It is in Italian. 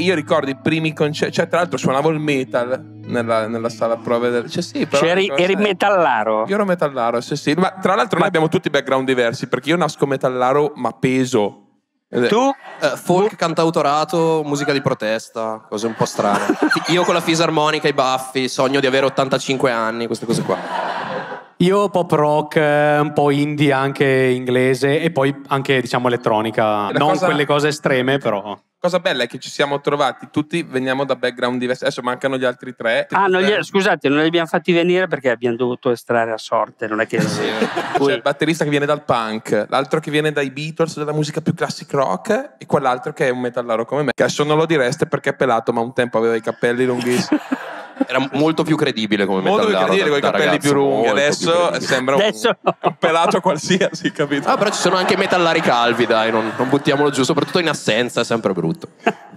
io ricordo i primi concerti, cioè tra l'altro suonavo il metal nella, nella sala prove del... Cioè sì, però... Cioè, eri, cosa- eri metallaro. Io ero metallaro, sì sì, ma tra l'altro noi abbiamo tutti background diversi, perché io nasco metallaro ma peso. Ed è- Tu? Eh, folk, cantautorato, musica di protesta, cose un po' strane. Fi- Io con la fisarmonica, i baffi, sogno di avere 85 anni, queste cose qua. Io pop rock, eh, un po' indie anche inglese e poi anche diciamo elettronica, La non cosa- quelle cose estreme però. cosa bella è che ci siamo trovati tutti, veniamo da background diversi. Adesso mancano gli altri tre. Ah, non gli- Eh, scusate, non li abbiamo fatti venire perché abbiamo dovuto estrarre a sorte. Non è che. C'è il batterista che viene dal punk, l'altro che viene dai Beatles, della musica più classic rock, e quell'altro che è un metallaro come me. Che adesso non lo direste perché è pelato, ma un tempo aveva i capelli lunghissimi. Era molto più credibile come Molto più metallaro credibile con i da- da capelli ragazzo, più lunghi. molto più Adesso credibile. sembra un, Adesso- un pelato qualsiasi, capito? Ah, però ci sono anche metallari calvi, dai, non, non buttiamolo giù, soprattutto in assenza, è sempre brutto.